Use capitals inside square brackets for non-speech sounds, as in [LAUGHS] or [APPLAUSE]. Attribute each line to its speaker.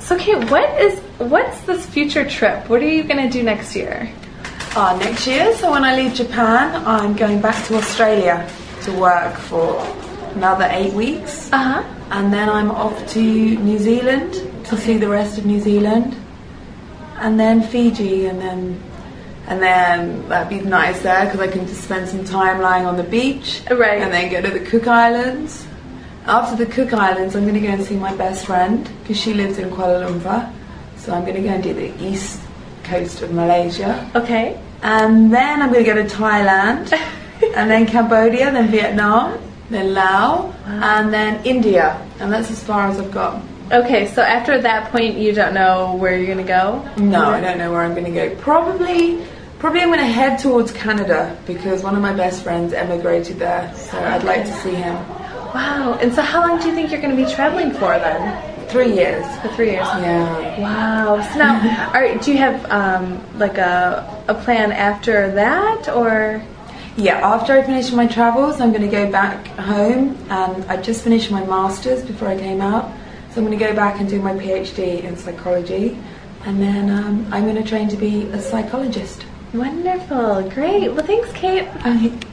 Speaker 1: So Kate, what is what's this future trip? What are you gonna do next year?
Speaker 2: Uh, next year, so when I leave Japan, I'm going back to Australia to work for another eight weeks.
Speaker 1: Uh huh.
Speaker 2: And then I'm off to New Zealand to see the rest of New Zealand. And then Fiji, and then and then that'd be nice there because I can just spend some time lying on the beach.
Speaker 1: Right.
Speaker 2: And then go to the Cook Islands. After the Cook Islands, I'm going to go and see my best friend because she lives in Kuala Lumpur. So I'm going to go and do the east coast of Malaysia.
Speaker 1: Okay.
Speaker 2: And then I'm going to go to [LAUGHS] Thailand, and then Cambodia, then Vietnam, then Laos, and then India. And that's as far as I've got.
Speaker 1: Okay. So after that point, you don't know where you're gonna go.
Speaker 2: No, I don't know where I'm going to go. Probably, probably I'm going to head towards Canada because one of my best friends emigrated there, so I'd like to see him.
Speaker 1: Wow. And so, how long do you think you're gonna be traveling for then?
Speaker 2: Three years.
Speaker 1: For three years.
Speaker 2: Yeah.
Speaker 1: Wow. So [LAUGHS] now, are, do you have um, like a a plan after that or?
Speaker 2: Yeah, after I finish my travels, I'm going to go back home and I just finished my masters before I came out. So I'm going to go back and do my PhD in psychology and then um, I'm going to train to be a psychologist.
Speaker 1: Wonderful. Great. Well, thanks, Kate.
Speaker 2: I